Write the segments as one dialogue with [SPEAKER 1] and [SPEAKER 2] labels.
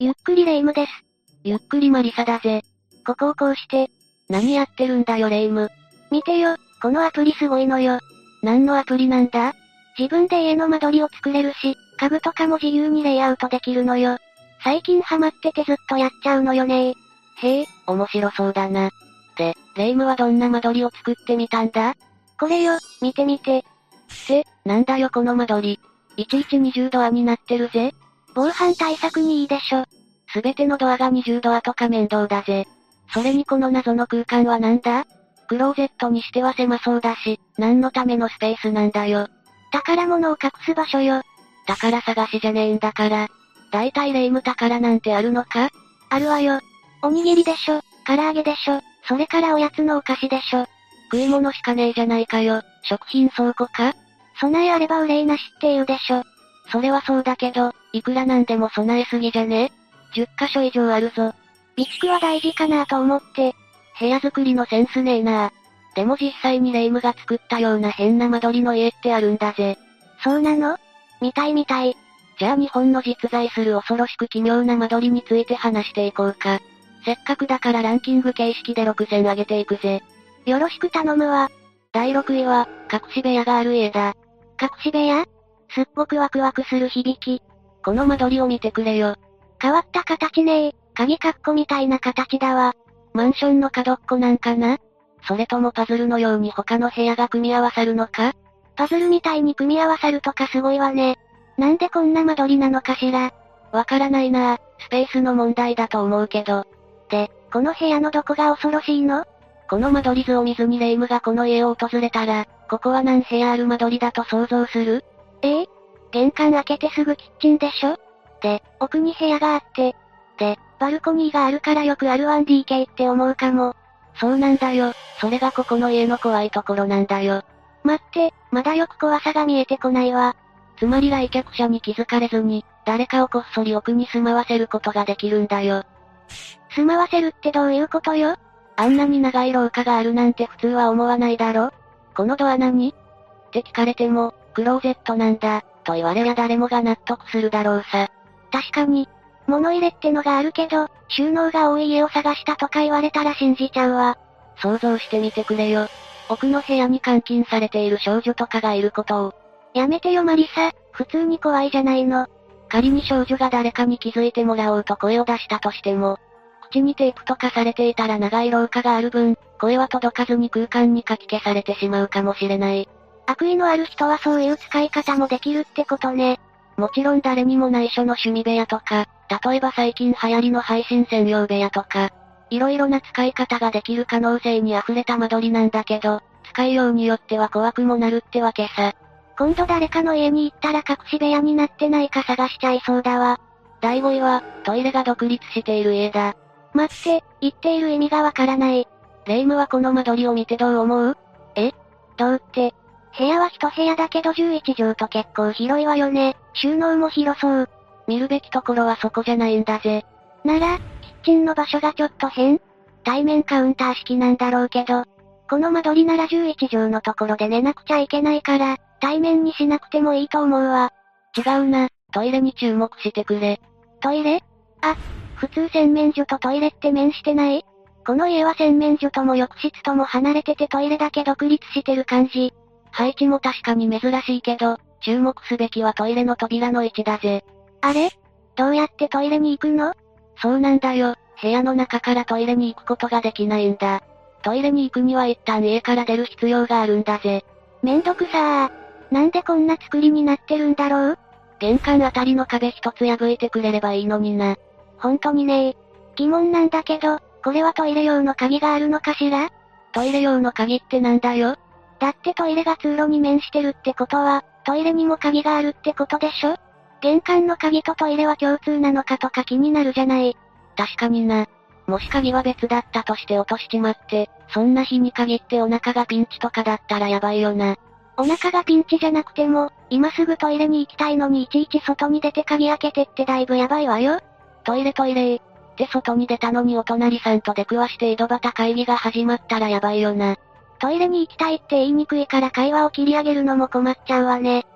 [SPEAKER 1] ゆっくりレ夢ムです。
[SPEAKER 2] ゆっくりマリサだぜ。
[SPEAKER 1] ここをこうして。
[SPEAKER 2] 何やってるんだよレ夢ム。
[SPEAKER 1] 見てよ、このアプリすごいのよ。
[SPEAKER 2] 何のアプリなんだ
[SPEAKER 1] 自分で家の間取りを作れるし、家具とかも自由にレイアウトできるのよ。最近ハマっててずっとやっちゃうのよねー。
[SPEAKER 2] へえ、面白そうだな。で、レ夢ムはどんな間取りを作ってみたんだ
[SPEAKER 1] これよ、見てみて。
[SPEAKER 2] って、なんだよこの間取り。いちいち20ドアになってるぜ。
[SPEAKER 1] 防犯対策にいいでしょ。
[SPEAKER 2] すべてのドアが20ドアとか面倒だぜ。それにこの謎の空間はなんだクローゼットにしては狭そうだし、何のためのスペースなんだよ。
[SPEAKER 1] 宝物を隠す場所よ。
[SPEAKER 2] 宝探しじゃねえんだから。だいたいレ夢ム宝なんてあるのか
[SPEAKER 1] あるわよ。おにぎりでしょ、唐揚げでしょ、それからおやつのお菓子でしょ。
[SPEAKER 2] 食い物しかねえじゃないかよ。食品倉庫か
[SPEAKER 1] 備えあれば憂いなしって言うでしょ。
[SPEAKER 2] それはそうだけど、いくらなんでも備えすぎじゃね ?10 箇所以上あるぞ。
[SPEAKER 1] 備蓄は大事かなと思って、
[SPEAKER 2] 部屋作りのセンスねえなでも実際にレ夢ムが作ったような変な間取りの家ってあるんだぜ。
[SPEAKER 1] そうなのみたいみたい。
[SPEAKER 2] じゃあ日本の実在する恐ろしく奇妙な間取りについて話していこうか。せっかくだからランキング形式で6選上げていくぜ。
[SPEAKER 1] よろしく頼むわ。
[SPEAKER 2] 第6位は、隠し部屋がある家だ。
[SPEAKER 1] 隠し部屋すっごくワクワクする響き。
[SPEAKER 2] この間取りを見てくれよ。
[SPEAKER 1] 変わった形ねえ。鍵括弧みたいな形だわ。
[SPEAKER 2] マンションの角っこなんかなそれともパズルのように他の部屋が組み合わさるのか
[SPEAKER 1] パズルみたいに組み合わさるとかすごいわね。なんでこんな間取りなのかしら。
[SPEAKER 2] わからないなあスペースの問題だと思うけど。
[SPEAKER 1] この部屋のどこが恐ろしいの
[SPEAKER 2] この間取り図を見ずにレイムがこの家を訪れたら、ここは何部屋ある間取りだと想像する
[SPEAKER 1] ええ玄関開けてすぐキッチンでしょで、奥に部屋があって。で、バルコニーがあるからよくある 1DK って思うかも。
[SPEAKER 2] そうなんだよ。それがここの家の怖いところなんだよ。
[SPEAKER 1] 待って、まだよく怖さが見えてこないわ。
[SPEAKER 2] つまり来客者に気づかれずに、誰かをこっそり奥に住まわせることができるんだよ。
[SPEAKER 1] 住まわせるってどういうことよ
[SPEAKER 2] あんなに長い廊下があるなんて普通は思わないだろこのドア何って聞かれても、クローゼットなんだ、と言われりゃ誰もが納得するだろうさ。
[SPEAKER 1] 確かに。物入れってのがあるけど、収納が多い家を探したとか言われたら信じちゃうわ。
[SPEAKER 2] 想像してみてくれよ。奥の部屋に監禁されている少女とかがいることを、
[SPEAKER 1] やめてよマリサ、普通に怖いじゃないの。
[SPEAKER 2] 仮に少女が誰かに気づいてもらおうと声を出したとしても、口にテープとかされていたら長い廊下がある分、声は届かずに空間にかき消されてしまうかもしれない。
[SPEAKER 1] 悪意のある人はそういう使い方もできるってことね。
[SPEAKER 2] もちろん誰にも内緒の趣味部屋とか、例えば最近流行りの配信専用部屋とか、いろいろな使い方ができる可能性に溢れた間取りなんだけど、使いようによっては怖くもなるってわけさ。
[SPEAKER 1] 今度誰かの家に行ったら隠し部屋になってないか探しちゃいそうだわ。
[SPEAKER 2] 第5位は、トイレが独立している家だ。
[SPEAKER 1] 待って、言っている意味がわからない。
[SPEAKER 2] レイムはこの間取りを見てどう思う
[SPEAKER 1] どうって。部屋は一部屋だけど11畳と結構広いわよね。収納も広そう。
[SPEAKER 2] 見るべきところはそこじゃないんだぜ。
[SPEAKER 1] なら、キッチンの場所がちょっと変対面カウンター式なんだろうけど。この間取りなら11畳のところで寝なくちゃいけないから、対面にしなくてもいいと思うわ。
[SPEAKER 2] 違うな、トイレに注目してくれ。
[SPEAKER 1] トイレあ、普通洗面所とトイレって面してないこの家は洗面所とも浴室とも離れててトイレだけ独立してる感じ。
[SPEAKER 2] 配置も確かに珍しいけど、注目すべきはトイレの扉の位置だぜ。
[SPEAKER 1] あれどうやってトイレに行くの
[SPEAKER 2] そうなんだよ、部屋の中からトイレに行くことができないんだ。トイレに行くには一旦家から出る必要があるんだぜ。
[SPEAKER 1] めんどくさー。なんでこんな作りになってるんだろう
[SPEAKER 2] 玄関あたりの壁一つ破いてくれればいいのにな。
[SPEAKER 1] 本当にねー。疑問なんだけど、これはトイレ用の鍵があるのかしら
[SPEAKER 2] トイレ用の鍵ってなんだよ
[SPEAKER 1] だってトイレが通路に面してるってことは、トイレにも鍵があるってことでしょ玄関の鍵とトイレは共通なのかとか気になるじゃない。
[SPEAKER 2] 確かにな。もし鍵は別だったとして落としちまって、そんな日に限ってお腹がピンチとかだったらやばいよな。
[SPEAKER 1] お腹がピンチじゃなくても、今すぐトイレに行きたいのにいちいち外に出て鍵開けてってだいぶやばいわよ。
[SPEAKER 2] トイレトイレー。って外に出たのにお隣さんと出くわして井戸端会議が始まったらやばいよな。
[SPEAKER 1] トイレに行きたいって言いにくいから会話を切り上げるのも困っちゃうわね。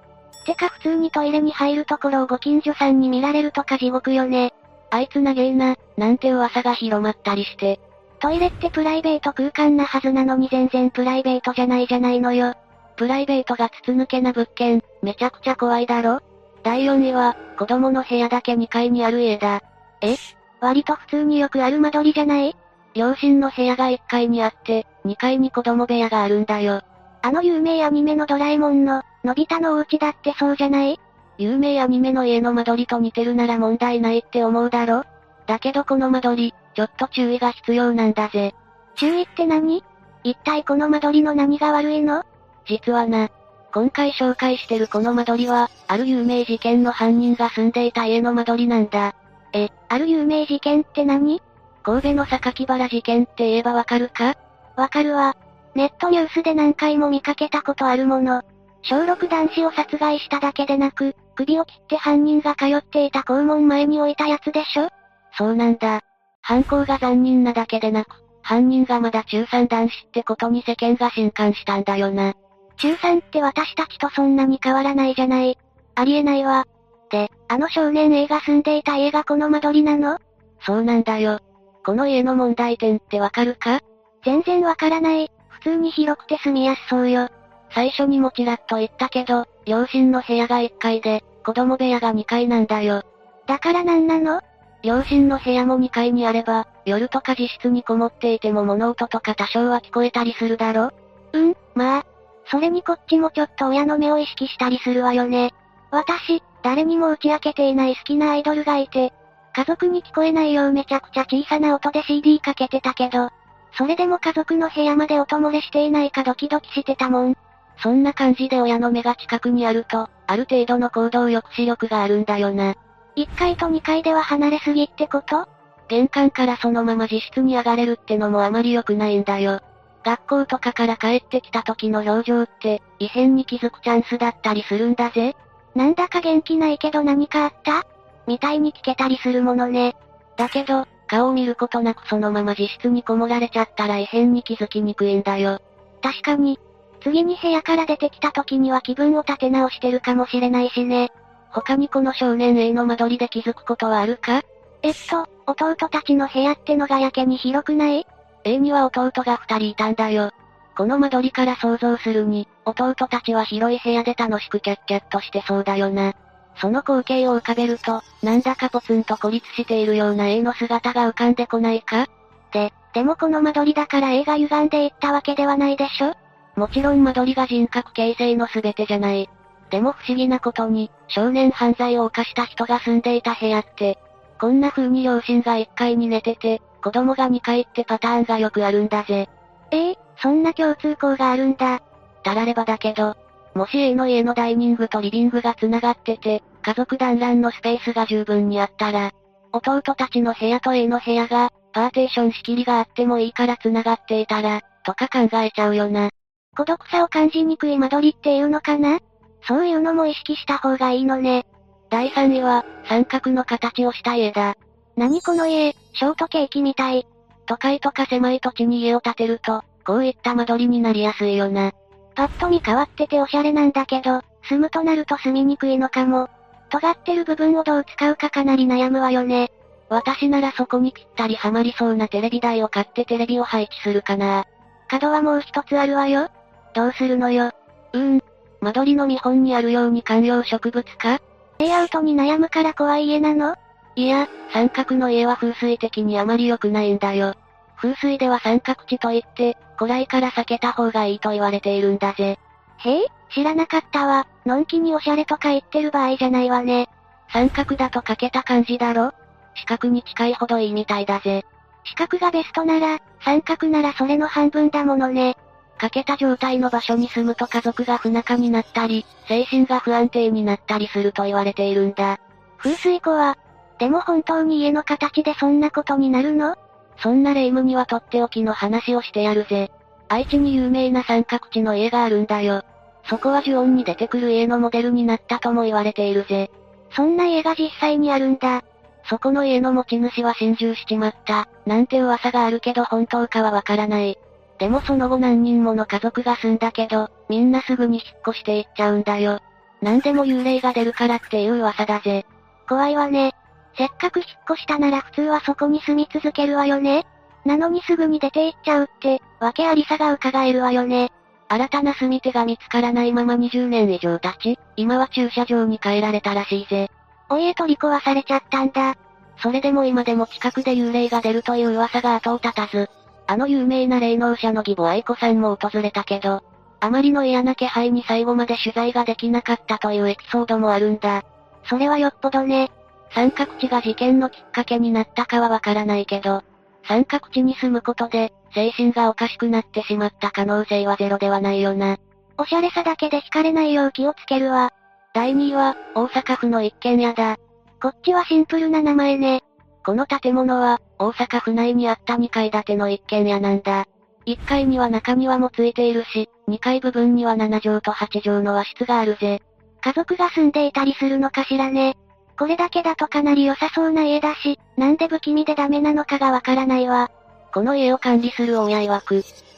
[SPEAKER 1] てか普通にトイレに入るところをご近所さんに見られるとか地獄よね。
[SPEAKER 2] あいつなげえな、なんて噂が広まったりして。
[SPEAKER 1] トイレってプライベート空間なはずなのに全然プライベートじゃないじゃないのよ。
[SPEAKER 2] プライベートが筒抜けな物件、めちゃくちゃ怖いだろ第4位は、子供の部屋だけ2階にある家だ。
[SPEAKER 1] え割と普通によくある間取りじゃない
[SPEAKER 2] 両親の部屋が1階にあって、2階に子供部屋があるんだよ。
[SPEAKER 1] あの有名アニメのドラえもんの、のび太のお家だってそうじゃない
[SPEAKER 2] 有名アニメの家の間取りと似てるなら問題ないって思うだろだけどこの間取り、ちょっと注意が必要なんだぜ。
[SPEAKER 1] 注意って何一体この間取りの何が悪いの
[SPEAKER 2] 実はな、今回紹介してるこの間取りは、ある有名事件の犯人が住んでいた家の間取りなんだ。
[SPEAKER 1] え、ある有名事件って何
[SPEAKER 2] 神戸の榊原事件って言えばわかるか
[SPEAKER 1] わかるわ。ネットニュースで何回も見かけたことあるもの。小6男子を殺害しただけでなく、首を切って犯人が通っていた校門前に置いたやつでしょ
[SPEAKER 2] そうなんだ。犯行が残忍なだけでなく、犯人がまだ中3男子ってことに世間が震撼したんだよな。
[SPEAKER 1] 中3って私たちとそんなに変わらないじゃない。ありえないわ。で、あの少年 A が住んでいた家がこの間取りなの
[SPEAKER 2] そうなんだよ。この家の問題点ってわかるか
[SPEAKER 1] 全然わからない。普通に広くて住みやすそうよ。
[SPEAKER 2] 最初にもちらっと言ったけど、両親の部屋が1階で、子供部屋が2階なんだよ。
[SPEAKER 1] だからなんなの
[SPEAKER 2] 両親の部屋も2階にあれば、夜とか自室にこもっていても物音とか多少は聞こえたりするだろ
[SPEAKER 1] うん、まあ。それにこっちもちょっと親の目を意識したりするわよね。私、誰にも打ち明けていない好きなアイドルがいて、家族に聞こえないようめちゃくちゃ小さな音で CD かけてたけど、それでも家族の部屋まで音漏れしていないかドキドキしてたもん。
[SPEAKER 2] そんな感じで親の目が近くにあると、ある程度の行動抑止力があるんだよな。
[SPEAKER 1] 1階と2階では離れすぎってこと
[SPEAKER 2] 玄関からそのまま自室に上がれるってのもあまり良くないんだよ。学校とかから帰ってきた時の表情って、異変に気づくチャンスだったりするんだぜ。
[SPEAKER 1] なんだか元気ないけど何かあったみたいに聞けたりするものね。
[SPEAKER 2] だけど、顔を見ることなくそのまま自室にこもられちゃったら異変に気づきにくいんだよ。
[SPEAKER 1] 確かに。次に部屋から出てきた時には気分を立て直してるかもしれないしね。
[SPEAKER 2] 他にこの少年 A の間取りで気づくことはあるか
[SPEAKER 1] えっと、弟たちの部屋ってのがやけに広くない
[SPEAKER 2] ?A には弟が二人いたんだよ。この間取りから想像するに、弟たちは広い部屋で楽しくキャッキャッとしてそうだよな。その光景を浮かべると、なんだかポツンと孤立しているような A の姿が浮かんでこないか
[SPEAKER 1] で、でもこの間取りだから A が歪んでいったわけではないでしょ
[SPEAKER 2] もちろん間取りが人格形成の全てじゃない。でも不思議なことに、少年犯罪を犯した人が住んでいた部屋って、こんな風に両親が1階に寝てて、子供が2階ってパターンがよくあるんだぜ。
[SPEAKER 1] ええー、そんな共通項があるんだ。
[SPEAKER 2] たらればだけど、もし A の家のダイニングとリビングが繋がってて、家族団らんのスペースが十分にあったら、弟たちの部屋と A の部屋が、パーテーション仕切りがあってもいいから繋がっていたら、とか考えちゃうよな。
[SPEAKER 1] 孤独さを感じにくい間取りっていうのかなそういうのも意識した方がいいのね。
[SPEAKER 2] 第3位は、三角の形をした家だ。
[SPEAKER 1] 何この家、ショートケーキみたい。
[SPEAKER 2] 都会とか狭い土地に家を建てると、こういった間取りになりやすいよな。
[SPEAKER 1] パッと見変わってておしゃれなんだけど、住むとなると住みにくいのかも。尖ってる部分をどう使うかかなり悩むわよね。
[SPEAKER 2] 私ならそこにぴったりハマりそうなテレビ台を買ってテレビを配置するかな。
[SPEAKER 1] 角はもう一つあるわよ。
[SPEAKER 2] どうするのよ。うーん。間取りの見本にあるように観葉植物か
[SPEAKER 1] レイアウトに悩むから怖い家なの
[SPEAKER 2] いや、三角の家は風水的にあまり良くないんだよ。風水では三角地といって、古来から避けた方がいいと言われているんだぜ。
[SPEAKER 1] へえ、知らなかったわ。のんきにおしゃれとか言ってる場合じゃないわね。
[SPEAKER 2] 三角だと欠けた感じだろ四角に近いほどいいみたいだぜ。
[SPEAKER 1] 四角がベストなら、三角ならそれの半分だものね。
[SPEAKER 2] 欠けた状態の場所に住むと家族が不仲になったり、精神が不安定になったりすると言われているんだ。
[SPEAKER 1] 風水庫は、でも本当に家の形でそんなことになるの
[SPEAKER 2] そんな霊夢にはとっておきの話をしてやるぜ。愛知に有名な三角地の家があるんだよ。そこは呪音に出てくる家のモデルになったとも言われているぜ。
[SPEAKER 1] そんな家が実際にあるんだ。
[SPEAKER 2] そこの家の持ち主は心中しちまった、なんて噂があるけど本当かはわからない。でもその後何人もの家族が住んだけど、みんなすぐに引っ越していっちゃうんだよ。なんでも幽霊が出るからっていう噂だぜ。
[SPEAKER 1] 怖いわね。せっかく引っ越したなら普通はそこに住み続けるわよね。なのにすぐに出て行っちゃうって、わけありさが伺えるわよね。
[SPEAKER 2] 新たな住み手が見つからないまま20年以上経ち、今は駐車場に変えられたらしいぜ。
[SPEAKER 1] お家取り壊されちゃったんだ。
[SPEAKER 2] それでも今でも近くで幽霊が出るという噂が後を絶たず、あの有名な霊能者の義母愛子さんも訪れたけど、あまりの嫌な気配に最後まで取材ができなかったというエピソードもあるんだ。
[SPEAKER 1] それはよっぽどね。
[SPEAKER 2] 三角地が事件のきっかけになったかはわからないけど、三角地に住むことで、精神がおかしくなってしまった可能性はゼロではないよな。
[SPEAKER 1] おしゃれさだけで惹かれないよう気をつけるわ。
[SPEAKER 2] 第2位は、大阪府の一軒家だ。
[SPEAKER 1] こっちはシンプルな名前ね。
[SPEAKER 2] この建物は、大阪府内にあった2階建ての一軒家なんだ。1階には中庭もついているし、2階部分には7畳と8畳の和室があるぜ。
[SPEAKER 1] 家族が住んでいたりするのかしらね。これだけだとかなり良さそうな家だし、なんで不気味でダメなのかがわからないわ。
[SPEAKER 2] この家を管理する親曰く、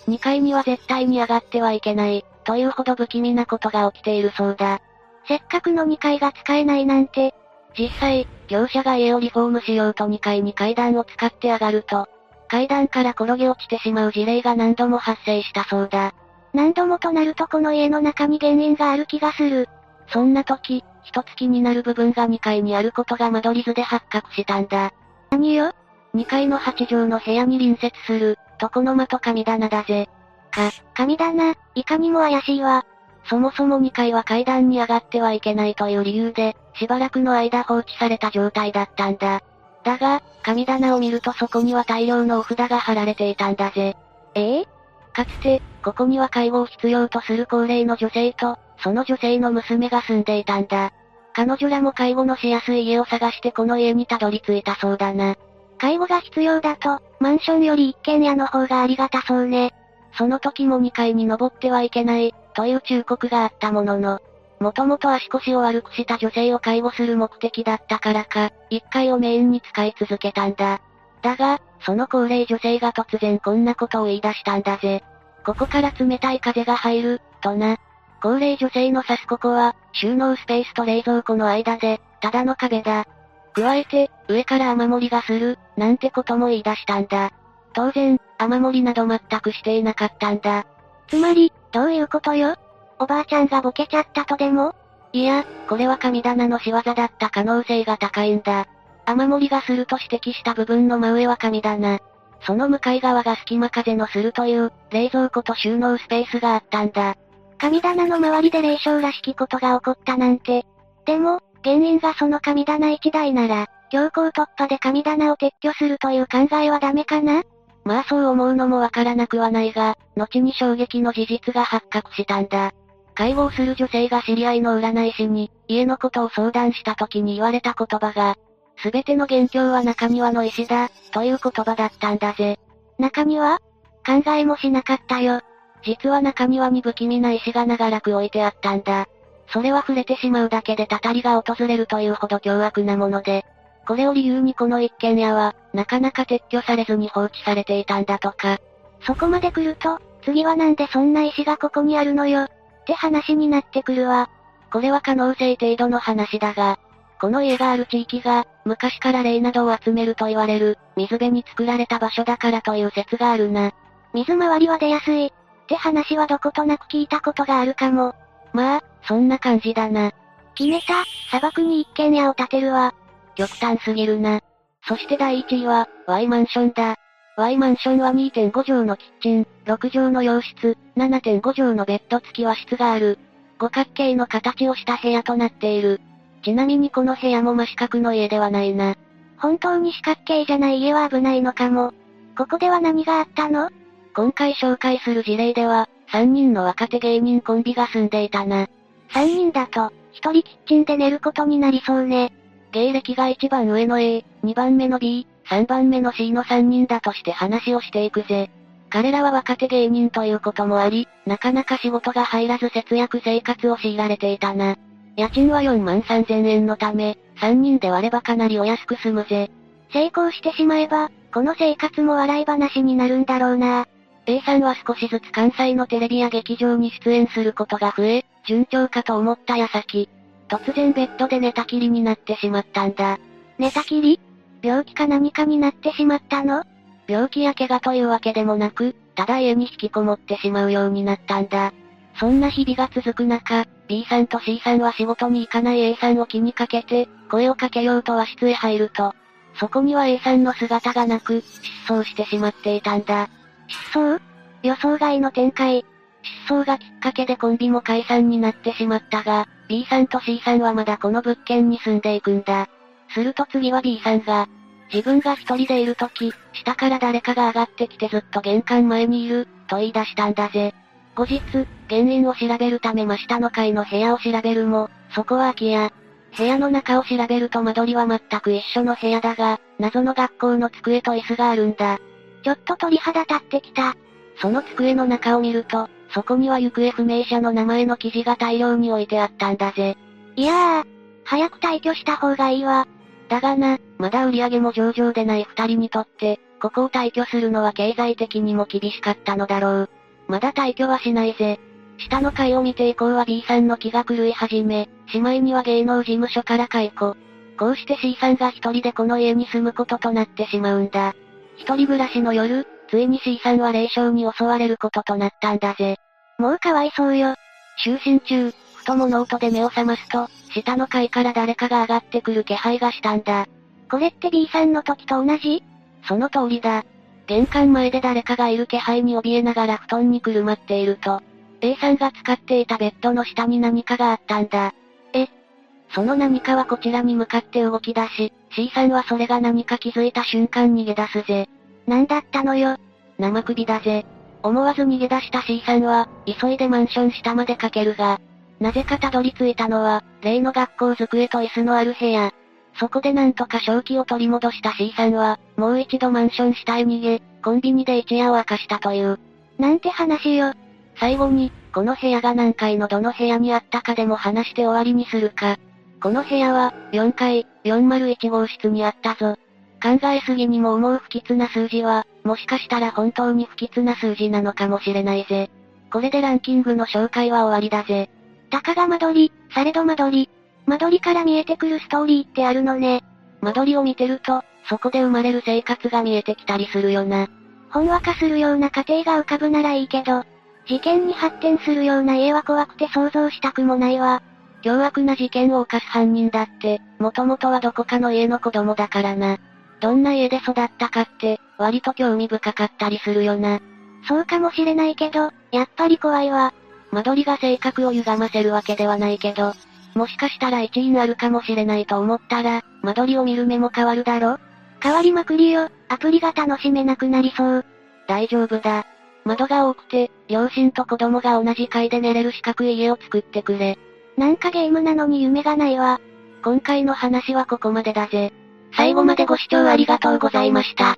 [SPEAKER 2] 2階には絶対に上がってはいけない、というほど不気味なことが起きているそうだ。
[SPEAKER 1] せっかくの2階が使えないなんて。
[SPEAKER 2] 実際、業者が家をリフォームしようと2階に階段を使って上がると、階段から転げ落ちてしまう事例が何度も発生したそうだ。
[SPEAKER 1] 何度もとなるとこの家の中に原因がある気がする。
[SPEAKER 2] そんな時、一つ気になる部分が2階にあることが間取り図で発覚したんだ。
[SPEAKER 1] 何よ
[SPEAKER 2] ?2 階の8畳の部屋に隣接する、床の間と神棚だぜ。
[SPEAKER 1] か、神棚、いかにも怪しいわ。
[SPEAKER 2] そもそも2階は階段に上がってはいけないという理由で、しばらくの間放置された状態だったんだ。だが、神棚を見るとそこには大量のお札が貼られていたんだぜ。
[SPEAKER 1] ええ
[SPEAKER 2] かつて、ここには介護を必要とする高齢の女性と、その女性の娘が住んでいたんだ。彼女らも介護のしやすい家を探してこの家にたどり着いたそうだな。
[SPEAKER 1] 介護が必要だと、マンションより一軒家の方がありがたそうね。
[SPEAKER 2] その時も2階に登ってはいけない、という忠告があったものの、もともと足腰を悪くした女性を介護する目的だったからか、1階をメインに使い続けたんだ。だが、その高齢女性が突然こんなことを言い出したんだぜ。ここから冷たい風が入る、とな。高齢女性の指すここは、収納スペースと冷蔵庫の間で、ただの壁だ。加えて、上から雨漏りがする、なんてことも言い出したんだ。当然、雨漏りなど全くしていなかったんだ。
[SPEAKER 1] つまり、どういうことよおばあちゃんがボケちゃったとでも
[SPEAKER 2] いや、これは神棚の仕業だった可能性が高いんだ。雨漏りがすると指摘した部分の真上は神棚。その向かい側が隙間風のするという、冷蔵庫と収納スペースがあったんだ。
[SPEAKER 1] 神棚の周りで霊障らしきことが起こったなんて。でも、原因がその神棚一台なら、強行突破で神棚を撤去するという考えはダメかな
[SPEAKER 2] まあそう思うのもわからなくはないが、後に衝撃の事実が発覚したんだ。介護をする女性が知り合いの占い師に、家のことを相談した時に言われた言葉が、すべての元凶は中庭の石だ、という言葉だったんだぜ。
[SPEAKER 1] 中庭考えもしなかったよ。
[SPEAKER 2] 実は中庭に不気味な石が長らく置いてあったんだ。それは触れてしまうだけでたたりが訪れるというほど凶悪なもので、これを理由にこの一軒家は、なかなか撤去されずに放置されていたんだとか。
[SPEAKER 1] そこまで来ると、次はなんでそんな石がここにあるのよ、って話になってくるわ。
[SPEAKER 2] これは可能性程度の話だが、この家がある地域が、昔から霊などを集めると言われる、水辺に作られた場所だからという説があるな。
[SPEAKER 1] 水回りは出やすい、って話はどことなく聞いたことがあるかも。
[SPEAKER 2] まあ、そんな感じだな。
[SPEAKER 1] 決めた、砂漠に一軒家を建てるわ。
[SPEAKER 2] 極端すぎるな。そして第1位は、Y マンションだ。Y マンションは2.5畳のキッチン、6畳の洋室、7.5畳のベッド付き和室がある。五角形の形をした部屋となっている。ちなみにこの部屋も真四角の家ではないな。
[SPEAKER 1] 本当に四角形じゃない家は危ないのかも。ここでは何があったの
[SPEAKER 2] 今回紹介する事例では、3人の若手芸人コンビが住んでいたな。
[SPEAKER 1] 3人だと、1人キッチンで寝ることになりそうね。
[SPEAKER 2] 芸歴が1番上の A、2番目の B、3番目の C の3人だとして話をしていくぜ。彼らは若手芸人ということもあり、なかなか仕事が入らず節約生活を強いられていたな。家賃は4万3000円のため、3人で割ればかなりお安く済むぜ。
[SPEAKER 1] 成功してしまえば、この生活も笑い話になるんだろうな。
[SPEAKER 2] A さんは少しずつ関西のテレビや劇場に出演することが増え、順調かと思った矢先、突然ベッドで寝たきりになってしまったんだ。
[SPEAKER 1] 寝たきり病気か何かになってしまったの
[SPEAKER 2] 病気や怪我というわけでもなく、ただ家に引きこもってしまうようになったんだ。そんな日々が続く中、B さんと C さんは仕事に行かない A さんを気にかけて、声をかけようと和室へ入ると、そこには A さんの姿がなく、失踪してしまっていたんだ。
[SPEAKER 1] 失踪予想外の展開。
[SPEAKER 2] 失踪がきっかけでコンビも解散になってしまったが、B さんと C さんはまだこの物件に住んでいくんだ。すると次は B さんが、自分が一人でいる時、下から誰かが上がってきてずっと玄関前にいる、と言い出したんだぜ。後日、原因を調べるため真下の階の部屋を調べるも、そこは空き家。部屋の中を調べると間取りは全く一緒の部屋だが、謎の学校の机と椅子があるんだ。
[SPEAKER 1] ちょっと鳥肌立ってきた。
[SPEAKER 2] その机の中を見ると、そこには行方不明者の名前の記事が大量に置いてあったんだぜ。
[SPEAKER 1] いやー、早く退去した方がいいわ。
[SPEAKER 2] だがな、まだ売り上げも上々でない二人にとって、ここを退去するのは経済的にも厳しかったのだろう。まだ退去はしないぜ。下の階を見て以降は B さんの気が狂い始め、しまいには芸能事務所から解雇。こうして C さんが一人でこの家に住むこととなってしまうんだ。一人暮らしの夜、ついに C さんは霊障に襲われることとなったんだぜ。
[SPEAKER 1] もうかわいそうよ。
[SPEAKER 2] 就寝中、ふと物音で目を覚ますと、下の階から誰かが上がってくる気配がしたんだ。
[SPEAKER 1] これって B さんの時と同じ
[SPEAKER 2] その通りだ。玄関前で誰かがいる気配に怯えながら布団にくるまっていると、A さんが使っていたベッドの下に何かがあったんだ。
[SPEAKER 1] え
[SPEAKER 2] その何かはこちらに向かって動き出し、C さんはそれが何か気づいた瞬間逃げ出すぜ。
[SPEAKER 1] 何だったのよ。
[SPEAKER 2] 生首だぜ。思わず逃げ出した C さんは、急いでマンション下まで駆けるが、なぜかたどり着いたのは、例の学校机と椅子のある部屋。そこでなんとか正気を取り戻した C さんは、もう一度マンション下へ逃げ、コンビニで一夜を明かしたという。
[SPEAKER 1] なんて話よ。
[SPEAKER 2] 最後に、この部屋が何階のどの部屋にあったかでも話して終わりにするか。この部屋は、4階、401号室にあったぞ。考えすぎにも思う不吉な数字は、もしかしたら本当に不吉な数字なのかもしれないぜ。これでランキングの紹介は終わりだぜ。
[SPEAKER 1] たかが間取り、されど間取り。間取りから見えてくるストーリーってあるのね。
[SPEAKER 2] 間取りを見てると、そこで生まれる生活が見えてきたりするよな。
[SPEAKER 1] ほんわかするような家庭が浮かぶならいいけど、事件に発展するような家は怖くて想像したくもないわ。
[SPEAKER 2] 凶悪な事件を犯す犯人だって、もともとはどこかの家の子供だからな。どんな家で育ったかって、割と興味深かったりするよな。
[SPEAKER 1] そうかもしれないけど、やっぱり怖いわ。
[SPEAKER 2] 間取りが性格を歪ませるわけではないけど、もしかしたら一因あるかもしれないと思ったら、間取りを見る目も変わるだろ
[SPEAKER 1] 変わりまくりよ、アプリが楽しめなくなりそう。
[SPEAKER 2] 大丈夫だ。窓が多くて、両親と子供が同じ階で寝れる四角い家を作ってくれ。
[SPEAKER 1] なんかゲームなのに夢がないわ。
[SPEAKER 2] 今回の話はここまでだぜ。
[SPEAKER 1] 最後までご視聴ありがとうございました。